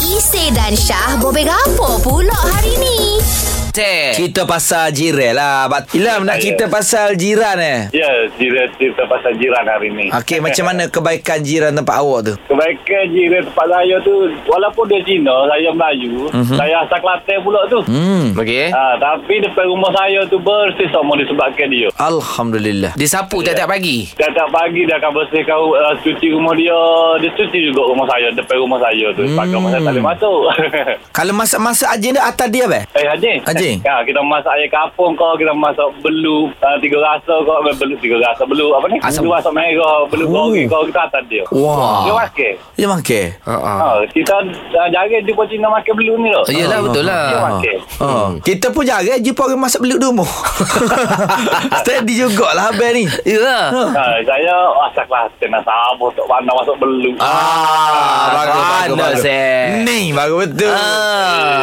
Isi dan Syah bobek apa pula hari ni? Teh. Cerita pasal jiran lah. Abang Ilham nak cerita pasal jiran eh. Ya, cerita, cerita pasal jiran hari ni. Okey, macam mana kebaikan jiran tempat awak tu? Kebaikan jiran tempat saya tu, walaupun dia Cina, saya Melayu, Mhm. saya asal Kelantan pula tu. Hmm. Okey. Ha, tapi depan rumah saya tu bersih sama disebabkan dia. Alhamdulillah. Dia sapu tiap-tiap pagi. Setiap pagi dia akan bersihkan uh, cuci rumah dia. Dia cuci juga rumah saya, depan rumah saya tu. Hmm. Pakai masa tak boleh masuk. Kalau masak-masak agenda atas dia beh? eh, Haji. Haji. Ya, kita masak air kapung kau, kita masak belu, uh, tiga rasa kau, eh, belu, tiga rasa, belu, apa ni? Asam. Belu asam merah, belu Oh. goreng kau, kita atas dia. Wah. Dia makan. Dia makan. Ha. Ha, kita uh, jaga jumpa Cina makan belum ni tu. Yelah betul lah. Dia Ah. makan. Ah. Kita pun jarang jumpa orang masak belut rumah. Steady jugalah abang ni. Yelah. Ha, saya asal kelas kena sabar tak pandang masuk belum. Ah, bagus, bagus, Mana, bagus. Seh? Ni baru betul. Ah.